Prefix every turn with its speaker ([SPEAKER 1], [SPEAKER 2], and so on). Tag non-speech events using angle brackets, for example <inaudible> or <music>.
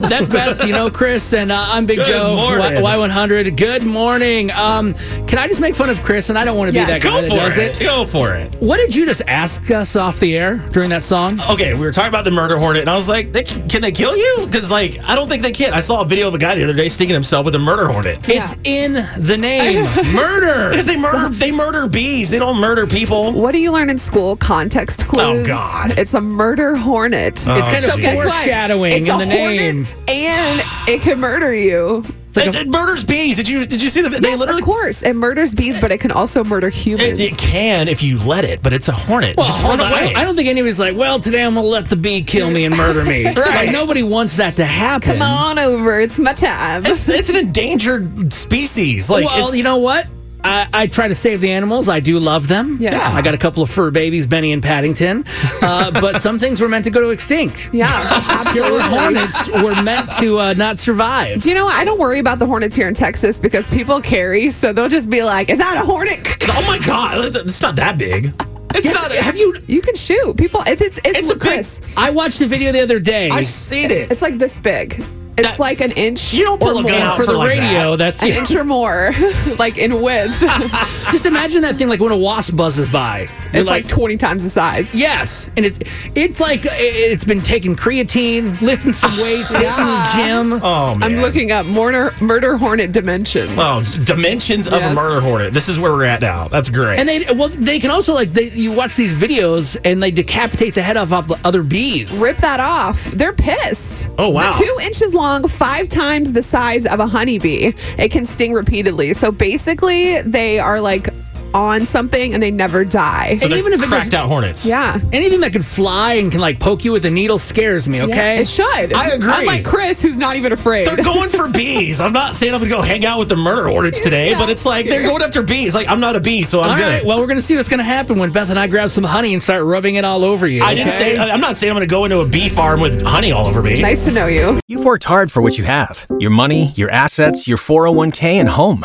[SPEAKER 1] That's Beth, you know Chris, and uh, I'm Big
[SPEAKER 2] Good
[SPEAKER 1] Joe,
[SPEAKER 2] morning.
[SPEAKER 1] Y- Y100. Good morning. Um, can I just make fun of Chris? And I don't want to be that guy
[SPEAKER 2] Go
[SPEAKER 1] that does
[SPEAKER 2] for
[SPEAKER 1] it.
[SPEAKER 2] it. Go for it.
[SPEAKER 1] What did you just ask us off the air during that song?
[SPEAKER 3] Oh,
[SPEAKER 2] Okay, we were talking about the murder hornet, and I was like, they, "Can they kill you?" Because like, I don't think they can. I saw a video of a guy the other day stinging himself with a murder hornet.
[SPEAKER 1] It's in the
[SPEAKER 3] <laughs>
[SPEAKER 1] name, murder.
[SPEAKER 2] Because they murder, they murder bees. They don't murder people.
[SPEAKER 3] What do you learn in school? Context clues.
[SPEAKER 2] Oh, God. Oh.
[SPEAKER 3] It's a murder hornet.
[SPEAKER 2] It's
[SPEAKER 1] kind of
[SPEAKER 3] so guess what?
[SPEAKER 1] foreshadowing
[SPEAKER 3] It's
[SPEAKER 1] in
[SPEAKER 3] a
[SPEAKER 1] the
[SPEAKER 3] hornet,
[SPEAKER 1] name.
[SPEAKER 3] and it can murder you.
[SPEAKER 1] like
[SPEAKER 2] it,
[SPEAKER 1] a-
[SPEAKER 2] it murders bees. Did you did you see the? they
[SPEAKER 3] yes,
[SPEAKER 2] literally
[SPEAKER 3] of course, it murders bees, but it can also murder humans.
[SPEAKER 2] It, it can if you let it, but it's a hornet.
[SPEAKER 1] Well,
[SPEAKER 2] Just
[SPEAKER 1] hold
[SPEAKER 2] run
[SPEAKER 1] on. I
[SPEAKER 2] away.
[SPEAKER 1] don't- I don't think anybody's like, well, today I'm gonna let the bee kill me and murder
[SPEAKER 2] <laughs>
[SPEAKER 1] me. Like nobody wants that to happen.
[SPEAKER 3] Come on over, it's my time.
[SPEAKER 2] it's, it's an endangered species. Like,
[SPEAKER 1] well,
[SPEAKER 2] it's,
[SPEAKER 1] you know what? I, I try to save the animals. I do love them.
[SPEAKER 3] Yes. Yeah.
[SPEAKER 1] I got a couple of fur babies, Benny and Paddington. Uh, but some things were meant to go to extinct.
[SPEAKER 3] <laughs> <laughs> yeah,
[SPEAKER 1] Killer
[SPEAKER 3] absolutely.
[SPEAKER 1] hornets were meant to uh, not survive.
[SPEAKER 3] Do you know what? I don't worry about the hornets here in Texas because people carry, so they'll just be like, "Is that a hornet?" <laughs>
[SPEAKER 2] oh my god, it's not that big. It's not. Have you?
[SPEAKER 1] you?
[SPEAKER 3] You can shoot people. It's it's, it's,
[SPEAKER 2] It's a big-
[SPEAKER 3] Chris.
[SPEAKER 1] I watched a video the other day.
[SPEAKER 2] I seen it.
[SPEAKER 3] It's like this big. It's
[SPEAKER 2] That-
[SPEAKER 3] like an inch.
[SPEAKER 2] You don't
[SPEAKER 3] or
[SPEAKER 2] pull a gun
[SPEAKER 3] more.
[SPEAKER 1] and
[SPEAKER 2] out
[SPEAKER 1] for the
[SPEAKER 2] like
[SPEAKER 1] radio,
[SPEAKER 2] that.
[SPEAKER 1] that's
[SPEAKER 3] an inch or more, <laughs> like
[SPEAKER 2] <laughs>
[SPEAKER 3] in width.
[SPEAKER 1] just imagine that thing like when a wasp buzzes by. You're
[SPEAKER 3] it's like, 20 times the size.
[SPEAKER 1] Yes, and it's it's like uh, it's been taking creatine, lifting some weights, hitting the gym.
[SPEAKER 2] oh man.
[SPEAKER 3] I'm looking up murder, murder hornet dimensions.
[SPEAKER 2] Oh, just dimensions of a
[SPEAKER 3] Yes.
[SPEAKER 2] murder hornet. This is where we're at now. That's great.
[SPEAKER 1] And they well, they can also like they, you watch these videos and they decapitate the head off of the other bees.
[SPEAKER 3] Rip that off. They're pissed.
[SPEAKER 2] Oh, wow.
[SPEAKER 3] They're two inches long, five times the size of a honeybee. It can sting repeatedly. So basically, they are like on something and they never die.
[SPEAKER 2] So
[SPEAKER 1] and
[SPEAKER 2] they're
[SPEAKER 1] even if it
[SPEAKER 2] cracked
[SPEAKER 1] doesn't-
[SPEAKER 2] out hornets.
[SPEAKER 3] yeah.
[SPEAKER 1] Anything that could fly and can like poke you with a needle scares me. Okay,
[SPEAKER 3] It should.
[SPEAKER 2] I agree.
[SPEAKER 3] Unlike Chris, who's not even afraid.
[SPEAKER 2] They're going for bees. I'm not saying I'm gonna go hang out with the murder hornets today, but it's like they're going after bees. Like I'm not a bee, so I'm
[SPEAKER 1] all
[SPEAKER 2] good.
[SPEAKER 1] right. Well, we're gonna see what's gonna happen when Beth and I grab some honey and start rubbing it all over you.
[SPEAKER 2] I didn't
[SPEAKER 1] okay?
[SPEAKER 2] say. I'm not saying I'm gonna go into a bee farm with honey all over me.
[SPEAKER 3] nice to know you.
[SPEAKER 4] You've worked hard for what you have your money, your assets, your 401k, and home.